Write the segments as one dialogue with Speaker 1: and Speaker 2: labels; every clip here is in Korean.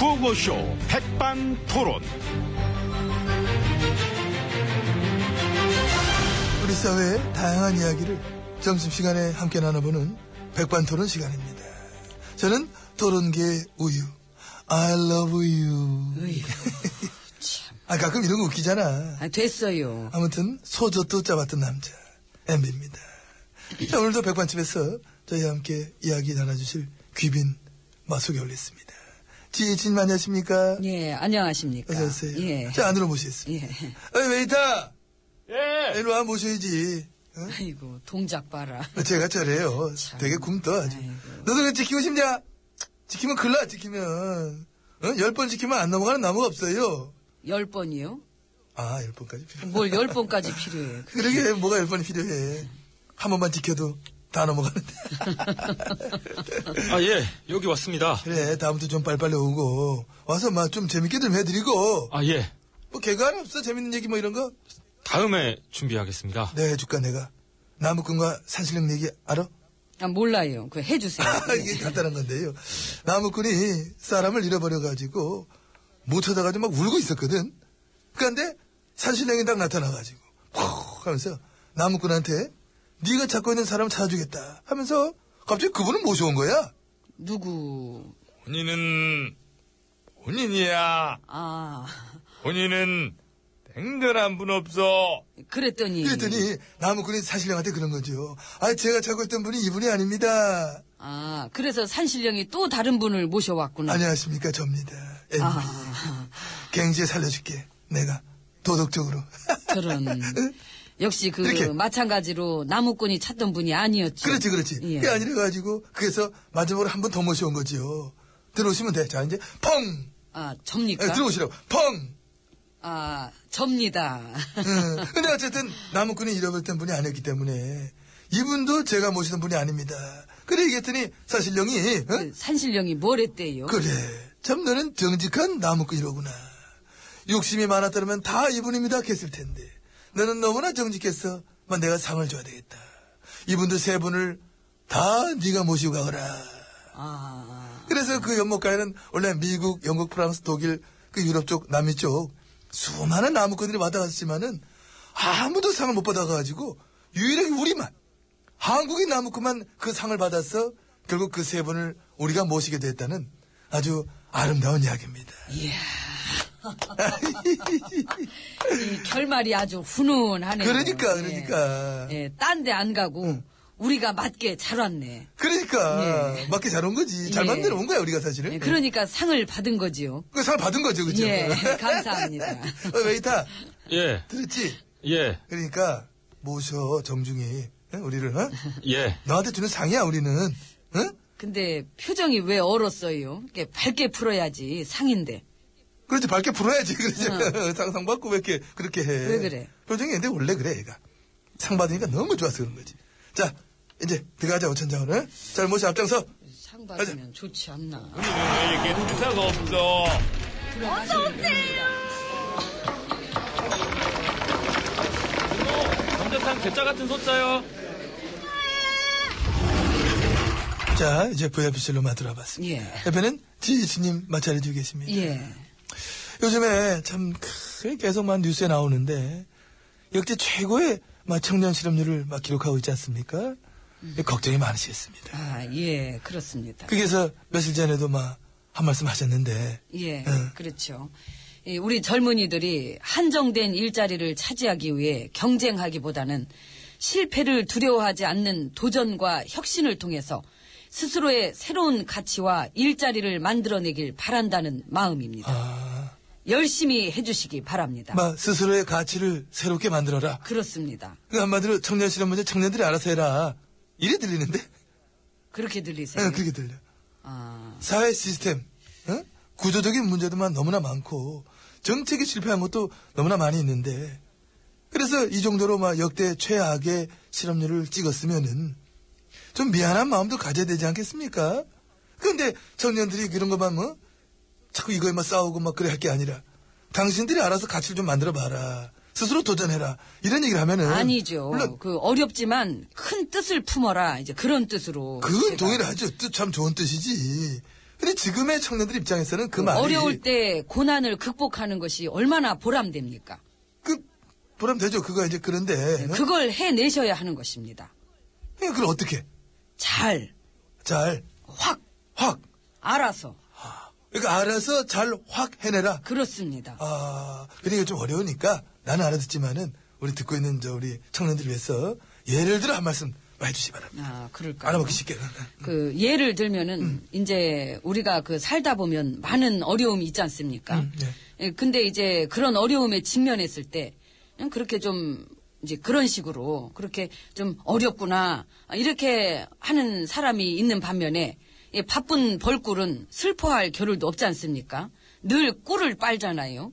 Speaker 1: 라디오쇼 백반 토론.
Speaker 2: 우리 사회의 다양한 이야기를 점심시간에 함께 나눠보는 백반토론 시간입니다. 저는 토론계 우유. I love you.
Speaker 3: 으이구,
Speaker 2: 아, 가끔 이런 거 웃기잖아.
Speaker 3: 아, 됐어요.
Speaker 2: 아무튼 소젖도 짜봤던 남자 엠비입니다. 자, 오늘도 백반집에서 저희와 함께 이야기 나눠주실 귀빈 마속에 올렸습니다. 지혜진 안녕하십니까?
Speaker 3: 예, 안녕하십니까.
Speaker 2: 어서오세요.
Speaker 3: 예.
Speaker 2: 자, 안으로 모시겠습니다.
Speaker 3: 예.
Speaker 2: 어이, 웨이터!
Speaker 1: 예.
Speaker 2: 일로 와 모셔야지. 응?
Speaker 3: 아이고, 동작 봐라.
Speaker 2: 제가 저래요. 되게 굶떠 아주.
Speaker 3: 아이고.
Speaker 2: 너도 그 지키고 싶냐? 지키면 큰일 나, 지키면. 어? 열 번 지키면 안 넘어가는 나무가 없어요.
Speaker 3: 열 번이요?
Speaker 2: 아, 열 번까지 필요해.
Speaker 3: 뭘 열 번까지 필요해. 그-
Speaker 2: 그러게, 뭐가 열 번이 필요해. 한 번만 지켜도 다 넘어가는데.
Speaker 4: 아, 예. 여기 왔습니다.
Speaker 2: 그래, 다음부터 좀 빨리빨리 오고. 와서 막 좀 재밌게 좀 해드리고.
Speaker 4: 아, 예.
Speaker 2: 뭐 개그 하나 없어? 재밌는 얘기 뭐 이런 거?
Speaker 4: 다음에 준비하겠습니다.
Speaker 2: 내가 해줄까, 내가. 나무꾼과 산신령 얘기 알아?
Speaker 3: 아, 몰라요. 그 해주세요.
Speaker 2: 아, 이게 간단한 건데요. 나무꾼이 사람을 잃어버려가지고 못하다가 좀 막 울고 있었거든. 그런데 산신령이 딱 나타나가지고 푹 하면서 나무꾼한테 네가 찾고 있는 사람 찾아주겠다 하면서 갑자기 그분은 모셔온 거야.
Speaker 3: 누구,
Speaker 4: 본인은, 본인이야.
Speaker 3: 아,
Speaker 4: 본인은, 땡글 한 분 없어.
Speaker 3: 그랬더니.
Speaker 2: 그랬더니 나무꾼이 산신령한테 그런 거죠. 아 제가 찾고 있던 분이 이분이 아닙니다.
Speaker 3: 아, 그래서 산신령이 또 다른 분을 모셔왔구나.
Speaker 2: 안녕하십니까 접니다. 엠비.
Speaker 3: 아,
Speaker 2: 갱지에 살려줄게. 내가 도덕적으로.
Speaker 3: 저런. 역시 그,
Speaker 2: 이렇게.
Speaker 3: 마찬가지로 나무꾼이 찾던 분이 아니었죠.
Speaker 2: 그렇지, 그렇지.
Speaker 3: 예.
Speaker 2: 그게 아니래가지고, 그래서 마지막으로 한 번 더 모셔온 거지요. 들어오시면 돼. 자, 이제, 펑!
Speaker 3: 아, 접니까?
Speaker 2: 예, 들어오시라고. 펑!
Speaker 3: 아, 접니다.
Speaker 2: 응. 예. 근데 어쨌든, 나무꾼이 잃어버렸던 분이 아니었기 때문에, 이분도 제가 모시던 분이 아닙니다. 그래 얘기했더니, 사실령이, 응?
Speaker 3: 그 산신령이 뭘 했대요?
Speaker 2: 그래. 참, 너는 정직한 나무꾼이로구나. 욕심이 많았다면 다 이분입니다. 했을 텐데. 너는 너무나 정직했어. 만 내가 상을 줘야 되겠다. 이분들 세 분을 다 네가 모시고 가거라.
Speaker 3: 아.
Speaker 2: 그래서 그 연못가에는 원래 미국, 영국, 프랑스, 독일, 그 유럽 쪽, 남미 쪽 수많은 나무꾼들이 왔다 갔지만은 아무도 상을 못 받아가지고 유일하게 우리만 한국인 나무꾼만 그 상을 받아서 결국 그 세 분을 우리가 모시게 됐다는 아주 아름다운 이야기입니다.
Speaker 3: 예. 이 결말이 아주 훈훈하네요.
Speaker 2: 그러니까,
Speaker 3: 예.
Speaker 2: 그러니까.
Speaker 3: 예, 딴 데 안 가고 우리가 맞게 잘 왔네.
Speaker 2: 그러니까 맞게 잘 온 거지. 잘
Speaker 3: 예.
Speaker 2: 만들어 온 거야 우리가 사실은.
Speaker 3: 예, 그러니까 상을 받은 거지요.
Speaker 2: 그 상을 받은 거죠, 그죠?
Speaker 3: 예, 감사합니다.
Speaker 2: 어, 웨이터
Speaker 4: 예.
Speaker 2: 들었지?
Speaker 4: 예.
Speaker 2: 그러니까 모셔 정중히 응? 우리를 어?
Speaker 4: 예.
Speaker 2: 너한테 주는 상이야 우리는 응?
Speaker 3: 근데 표정이 왜 얼었어요? 이렇게 밝게 풀어야지 상인데.
Speaker 2: 그렇지 밝게 풀어야지 그렇지 상상 받고 왜 이렇게 그렇게 해
Speaker 3: 왜 그래?
Speaker 2: 표정이 근데 원래 그래 얘가 상 받으니까 너무 좋아서 그런 거지 자 이제 들어가자 오천장을 잘 모셔 앞장서
Speaker 3: 상 받으면 좋지 않나.
Speaker 4: 이게 대사가 없어. 감자탕 대짜 같은 소짜요.
Speaker 2: 자 이제 VIP실로 만들어봤습니다
Speaker 3: 예.
Speaker 2: 옆에는 지지님 마찰해주고 계십니다
Speaker 3: 예.
Speaker 2: 요즘에 참 크, 계속 막 뉴스에 나오는데 역대 최고의 막 청년 실업률을 막 기록하고 있지 않습니까?
Speaker 3: 음.
Speaker 2: 걱정이 많으시겠습니다.
Speaker 3: 아, 예, 그렇습니다.
Speaker 2: 그래서 며칠 전에도 막 한 말씀 하셨는데
Speaker 3: 예,
Speaker 2: 응.
Speaker 3: 그렇죠. 이 우리 젊은이들이 한정된 일자리를 차지하기 위해 경쟁하기보다는 실패를 두려워하지 않는 도전과 혁신을 통해서 스스로의 새로운 가치와 일자리를 만들어내길 바란다는 마음입니다.
Speaker 2: 아,
Speaker 3: 열심히 해주시기 바랍니다.
Speaker 2: 막 스스로의 가치를 새롭게 만들어라.
Speaker 3: 그렇습니다.
Speaker 2: 그 한마디로 청년 실업 문제 청년들이 알아서 해라. 이래 들리는데?
Speaker 3: 그렇게
Speaker 2: 응,
Speaker 3: 들리세요?
Speaker 2: 네, 그렇게 들려.
Speaker 3: 아,
Speaker 2: 사회 시스템, 응? 구조적인 문제도만 너무나 많고, 정책이 실패한 것도 너무나 많이 있는데, 그래서 이 정도로 막 역대 최악의 실업률을 찍었으면은, 좀 미안한 마음도 가져야 되지 않겠습니까? 근데 청년들이 그런 것만 뭐, 자꾸 이거에 막 싸우고 막 그래 할 게 아니라, 당신들이 알아서 가치를 좀 만들어 봐라. 스스로 도전해라. 이런 얘기를 하면은.
Speaker 3: 아니죠.
Speaker 2: 네. 물론,
Speaker 3: 그 어렵지만 큰 뜻을 품어라. 이제 그런 뜻으로.
Speaker 2: 그건
Speaker 3: 제가
Speaker 2: 동의를 하죠. 뜻 참 좋은 뜻이지. 근데 지금의 청년들 입장에서는 그 말이
Speaker 3: 어려울 때 고난을 극복하는 것이 얼마나 보람됩니까?
Speaker 2: 그 보람 되죠. 그거 이제 그런데 그
Speaker 3: 네, 그걸 해내셔야 하는 것입니다.
Speaker 2: 그러니까 그걸 어떻게
Speaker 3: 잘,
Speaker 2: 잘
Speaker 3: 확,
Speaker 2: 확.
Speaker 3: 알아서.
Speaker 2: 그러니까 알아서 잘 확 해내라.
Speaker 3: 그렇습니다.
Speaker 2: 아, 근데 이게 좀 어려우니까 나는 알아듣지만은 우리 듣고 있는 저 우리 청년들 위해서 예를 들어 한 말씀 해주시 기 바랍니다.
Speaker 3: 아, 그럴까요?
Speaker 2: 알아먹기 음. 쉽게.
Speaker 3: 그 예를 들면은 이제 우리가 그 살다 보면 많은 어려움이 있지 않습니까?
Speaker 2: 음,
Speaker 3: 예, 근데 이제 그런 어려움에 직면했을 때 그냥 그렇게 좀 이제 그런 식으로 그렇게 좀 어렵구나 아, 이렇게 하는 사람이 있는 반면에 이 바쁜 벌꿀은 슬퍼할 겨를도 없지 않습니까? 늘 꿀을 빨잖아요.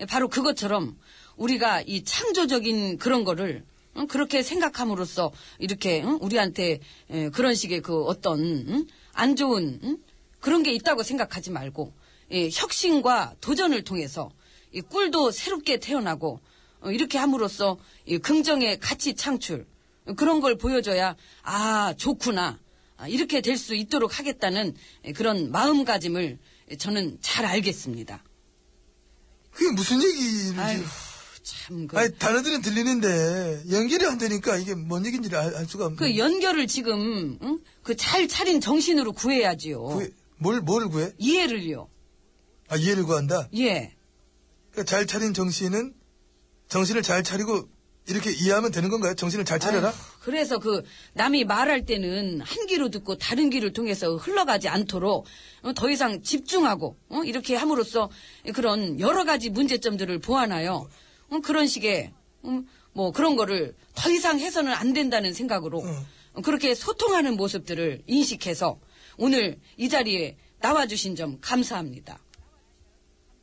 Speaker 3: 예, 바로 그것처럼 우리가 이 창조적인 그런 거를 응, 그렇게 생각함으로써 이렇게 응, 우리한테 에, 그런 식의 그 어떤 응? 안 좋은 응? 그런 게 있다고 생각하지 말고 예, 혁신과 도전을 통해서 이 꿀도 새롭게 태어나고 어, 이렇게 함으로써 이 긍정의 가치 창출 어, 그런 걸 보여줘야 아 좋구나 아, 이렇게 될 수 있도록 하겠다는 예, 그런 마음가짐을 예, 저는 잘 알겠습니다.
Speaker 2: 그게 무슨 얘기인지.
Speaker 3: 아유 참 그.
Speaker 2: 음. 아니, 단어들은 들리는데 연결이 안 되니까 이게 뭔 얘기인지 알, 알 수가 없네.
Speaker 3: 그 연결을 지금 그 잘 차린 정신으로 구해야지요.
Speaker 2: 어. 구해, 뭘, 뭘 구해?
Speaker 3: 이해를요.
Speaker 2: 아, 이해를 구한다?
Speaker 3: 예.
Speaker 2: 그러니까 잘 차린 정신은 정신을 잘 차리고 이렇게 이해하면 되는 건가요? 정신을 잘 차려라?
Speaker 3: 아휴, 그래서 그 남이 말할 때는 한 귀로 듣고 다른 귀를 통해서 흘러가지 않도록 어, 더 이상 집중하고 어, 이렇게 함으로써 그런 여러 가지 문제점들을 보완하여 어, 그런 식의 음, 뭐 그런 거를 더 이상 해서는 안 된다는 생각으로
Speaker 2: 음.
Speaker 3: 어, 그렇게 소통하는 모습들을 인식해서 오늘 이 자리에 나와주신 점 감사합니다.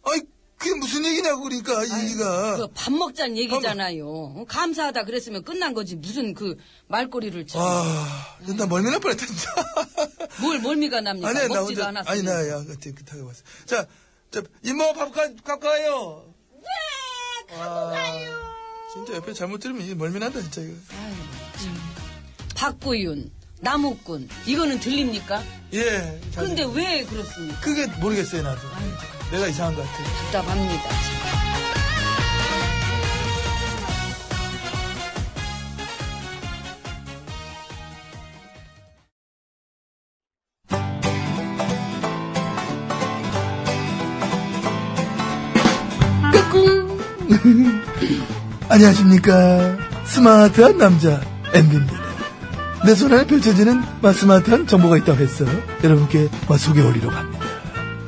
Speaker 2: 아이, 그게 무슨 얘기냐고 그러니까 이 얘기가.
Speaker 3: 그 밥 먹자는 얘기잖아요. 어, 감사하다 그랬으면 끝난 거지. 무슨 그 말꼬리를 참.
Speaker 2: 아, 나 멀미 날 뻔했다, 진짜.
Speaker 3: 뭘 멀미가 납니까?
Speaker 2: 아니야, 나
Speaker 3: 먹지도
Speaker 2: 혼자.
Speaker 3: 않았어.
Speaker 2: 아니, 나, 야, 어떻게 타고 왔어. 자, 자, 이모 밥 가, 갖고 가요. 네, 갖고 가요. 진짜 옆에 잘못 들으면 이게 멀미난다, 진짜 이거.
Speaker 3: 박구윤, 남욱군 이거는 들립니까?
Speaker 2: 예. 잘
Speaker 3: 근데 왜 그렇습니까?
Speaker 2: 그게 모르겠어요, 나도. 내가 이상한 것 같아.
Speaker 3: 답답합니다. 참.
Speaker 2: 안녕하십니까. 스마트한 남자, 엠비입니다. 내 손안에 펼쳐지는 마 스마트한 정보가 있다고 해서 여러분께 마 소개 올리러 갑니다.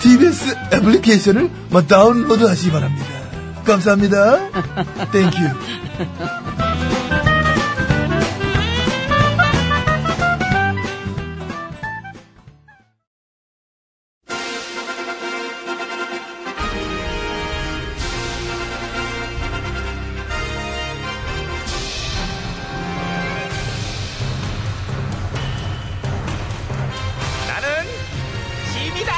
Speaker 2: TBS 애플리케이션을 막 다운로드 하시기 바랍니다. 감사합니다. 땡큐.
Speaker 4: 나는 짐이다.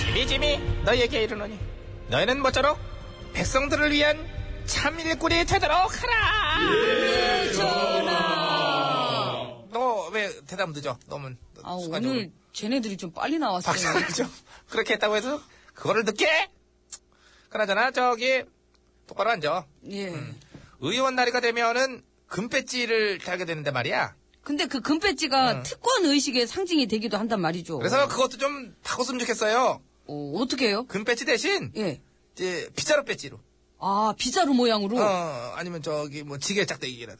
Speaker 4: 짐이 짐이 너에게 이르노니 너희는 모쪼록 백성들을 위한 참 일꾼이 되도록 하라. 너 왜 대답 늦어? 너무
Speaker 3: 아,
Speaker 4: 순간적으로.
Speaker 3: 오늘 쟤네들이 좀 빨리 나왔어요.
Speaker 4: 박사를 좀
Speaker 2: 음.
Speaker 4: 그렇게 했다고 해서 그거를 늦게 그나저나 저기 똑바로 앉아
Speaker 3: 예.
Speaker 2: 음.
Speaker 4: 의원 날이가 되면은 금배지를 달게 되는데 말이야
Speaker 3: 근데 그
Speaker 2: 음.
Speaker 3: 금배지가 특권 의식의 상징이 되기도 한단 말이죠.
Speaker 2: 어.
Speaker 4: 그래서 그것도 좀 바꿨으면 좋겠어요
Speaker 3: 어, 어떻게 해요?
Speaker 4: 금배지 대신
Speaker 3: 예.
Speaker 4: 이제 빗자루 배지로
Speaker 3: 아, 비자루 모양으로.
Speaker 2: 어,
Speaker 4: 어 아니면 저기 뭐 지게 짝대기라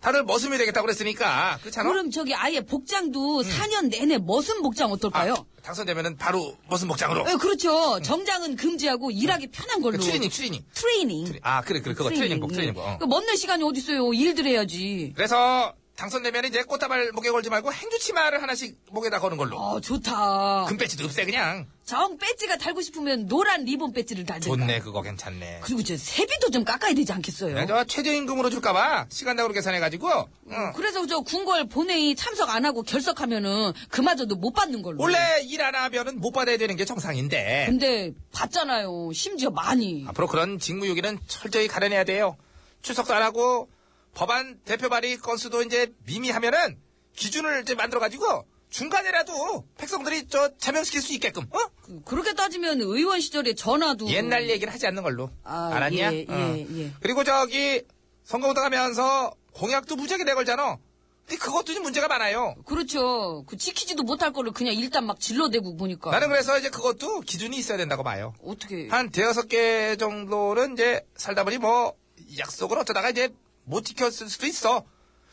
Speaker 2: 다들 머슴이 되겠다고 그랬으니까 그렇지 않아?
Speaker 3: 그럼 저기 아예 복장도
Speaker 2: 음.
Speaker 3: 4년 내내 머슴 복장 어떨까요?
Speaker 2: 아, 당선되면은 바로 머슴 복장으로.
Speaker 3: 예,
Speaker 2: 음.
Speaker 3: 그렇죠. 정장은 금지하고 일하기 편한 걸로.
Speaker 2: 추리닝, 추리닝.
Speaker 3: 트레이닝.
Speaker 2: 음. 트레- 아, 그래, 그래, 그거 트레이닝복, 트레이닝복. 어.
Speaker 3: 그 멋낼 시간이 어딨어요. 일들 해야지.
Speaker 2: 그래서 당선되면 이제 꽃다발 목에 걸지 말고 행주치마를 하나씩 목에다 거는 걸로.
Speaker 3: 아, 좋다.
Speaker 2: 금배지도 없애 그냥.
Speaker 3: 자홍 배지가 달고 싶으면 노란 리본 배지를 달든가.
Speaker 2: 좋네 그거 괜찮네.
Speaker 3: 그러니까. 그리고 이제 세비도 좀 깎아야 되지 않겠어요?
Speaker 2: 그냥 저 최저임금으로 줄까봐 시간당으로 계산해가지고 응.
Speaker 3: 그래서 저 궁궐 본회의 참석 안 하고 결석하면은 그마저도 못 받는 걸로.
Speaker 2: 원래 일 안 하면은 못 받아야 되는 게 정상인데
Speaker 3: 근데 받잖아요. 심지어 많이.
Speaker 2: 앞으로 그런 직무유기는 철저히 가려내야 돼요. 출석도 안 하고 법안 대표 발의 건수도 이제 미미하면은 기준을 이제 만들어가지고 중간에라도 백성들이 저 자명시킬 수 있게끔 어?
Speaker 3: 그, 렇게 따지면 의원 시절에 전화도.
Speaker 2: 옛날 얘기를 하지 않는 걸로
Speaker 3: 아,
Speaker 2: 알았냐? 어.
Speaker 3: 예, 예, 예.
Speaker 2: 그리고 저기 선거운동 하면서 공약도 무지하게 내걸잖아. 근데 그것도 좀 문제가 많아요.
Speaker 3: 그렇죠. 그 지키지도 못할 거를 그냥 일단 막 질러대고 보니까.
Speaker 2: 나는 그래서 이제 그것도 기준이 있어야 된다고 봐요.
Speaker 3: 어떻게.
Speaker 2: 한 대여섯 개 정도는 이제 살다 보니 뭐 약속을 어쩌다가 이제 못 지켰을 수도 있어.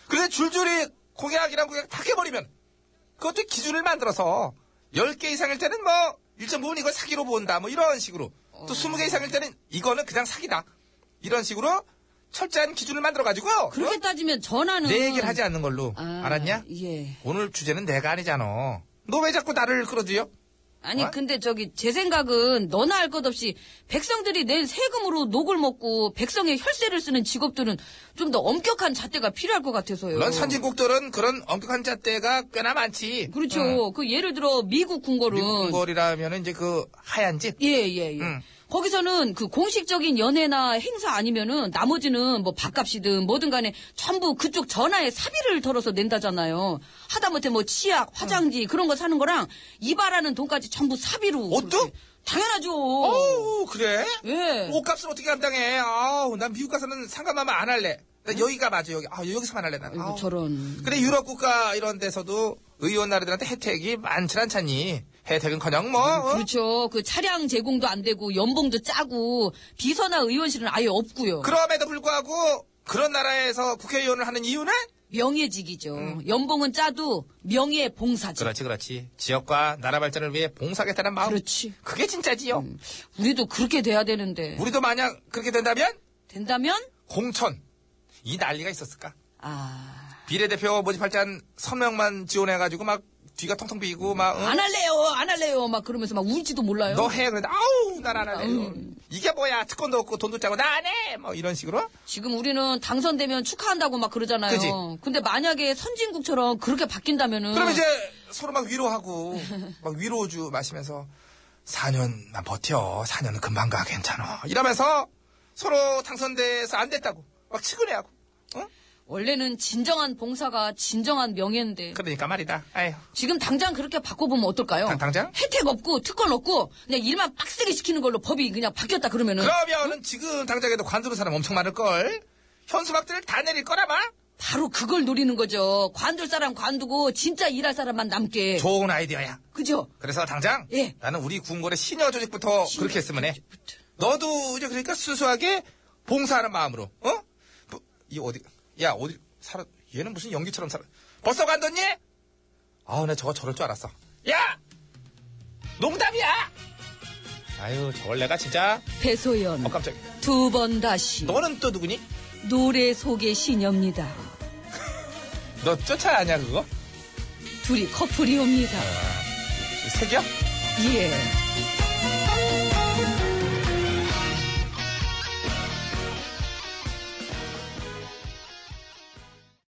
Speaker 2: 그런데 줄줄이 공약이랑 공약 다 깨버리면 그것도 기준을 만들어서 10개 이상일 때는 뭐 일정 부분 이거 사기로 본다 뭐 이런 식으로 또 20개 이상일 때는 이거는 그냥 사기다 이런 식으로 철저한 기준을 만들어가지고
Speaker 3: 그렇게 따지면 전화는.
Speaker 2: 내 얘기를 하지 않는 걸로
Speaker 3: 아,
Speaker 2: 알았냐?
Speaker 3: 예.
Speaker 2: 오늘 주제는 내가 아니잖아. 너 왜 자꾸 나를 끌어들여?
Speaker 3: 아니
Speaker 2: 어?
Speaker 3: 근데 저기 제 생각은 너나 할 것 없이 백성들이 낸 세금으로 녹을 먹고 백성의 혈세를 쓰는 직업들은 좀 더 엄격한 잣대가 필요할 것 같아서요.
Speaker 2: 물론 선진국들은 그런 엄격한 잣대가 꽤나 많지.
Speaker 3: 그렇죠.
Speaker 2: 응.
Speaker 3: 그 예를 들어 미국 궁궐은
Speaker 2: 미국 거리라면은 이제 그 하얀 집.
Speaker 3: 예예 예. 예.
Speaker 2: 응.
Speaker 3: 거기서는 그 공식적인 연회나 행사 아니면은 나머지는 뭐 밥값이든 뭐든 간에 전부 그쪽 전화에 사비를 털어서 낸다잖아요. 하다못해 뭐 치약, 화장지 그런 거 사는 거랑 이발하는 돈까지 전부 사비로.
Speaker 2: 옷도?
Speaker 3: 그렇게. 당연하죠.
Speaker 2: 어우 그래?
Speaker 3: 예.
Speaker 2: 옷값을 어떻게 감당해? 아우 난 미국 가서는 상감하면 안 할래. 난 여기가 맞아 여기. 아 여기서만 할래 난.
Speaker 3: 아이고,
Speaker 2: 아우.
Speaker 3: 저런.
Speaker 2: 근데 유럽 국가 이런 데서도 의원 나라들한테 혜택이 많지 않잖니. 혜택은커녕 뭐. 어?
Speaker 3: 그렇죠. 그 차량 제공도 안 되고 연봉도 짜고 비서나 의원실은 아예 없고요.
Speaker 2: 그럼에도 불구하고 그런 나라에서 국회의원을 하는 이유는?
Speaker 3: 명예직이죠. 연봉은 짜도 명예
Speaker 2: 음.
Speaker 3: 봉사죠.
Speaker 2: 그렇지 그렇지. 지역과 나라 발전을 위해 봉사하겠다는 마음.
Speaker 3: 그렇지.
Speaker 2: 그게 진짜지요.
Speaker 3: 음. 우리도 그렇게 돼야 되는데
Speaker 2: 우리도 만약 그렇게 된다면
Speaker 3: 된다면
Speaker 2: 공천 이 난리가 있었을까?
Speaker 3: 아.
Speaker 2: 비례대표 모집할 때 한 서명만 지원해가지고 막 뒤가 텅텅 비고 막
Speaker 3: 안 할래요, 안 할래요, 막 그러면서 막 울지도 몰라요.
Speaker 2: 어? 너 해 그런데 아우 난 안 할래 요 이게 뭐야 특권도 없고 돈도 짜고 나 안 해 뭐 이런 식으로
Speaker 3: 지금 우리는 당선되면 축하한다고 막 그러잖아요.
Speaker 2: 그지?
Speaker 3: 근데 만약에 선진국처럼 그렇게 바뀐다면은
Speaker 2: 그러면 이제 서로 막 위로하고 막 위로주 마시면서 4년 난 버텨 4년은 금방 가 괜찮아 이러면서 서로 당선돼서 안 됐다고 막 치근해하고 응?
Speaker 3: 원래는 진정한 봉사가 진정한 명예인데
Speaker 2: 그러니까 말이다 아휴
Speaker 3: 지금 당장 그렇게 바꿔보면 어떨까요?
Speaker 2: 당- 당장?
Speaker 3: 혜택 없고 특권 없고 그냥 일만 빡세게 시키는 걸로 법이 그냥 바뀌었다 그러면은
Speaker 2: 그러면은 지금 당장에도 관두는 사람 엄청 많을걸 현수막들을 다 내릴 거라마
Speaker 3: 바로 그걸 노리는 거죠. 관둘 사람 관두고 진짜 일할 사람만 남게.
Speaker 2: 좋은 아이디어야
Speaker 3: 그죠?
Speaker 2: 그래서 당장
Speaker 3: 예.
Speaker 2: 나는 우리 궁궐의 신여 조직부터 그렇게 했으면 해. 너도 이제 그러니까 수수하게 봉사하는 마음으로. 어? 뭐, 이 어디? 야 어디 살아? 얘는 무슨 연기처럼 살아? 벌써 간뒀니? 아우 나 저거 저럴 줄 알았어. 야 농담이야. 아유 저걸 내가 진짜.
Speaker 3: 배소연
Speaker 2: 어 깜짝이야.
Speaker 3: 두 번 다시
Speaker 2: 너는 또 누구니?
Speaker 3: 노래 속의 시녀입니다.
Speaker 2: 너 쫓아아냐 그거?
Speaker 3: 둘이 커플이 옵니다.
Speaker 2: 색이야?
Speaker 3: 예.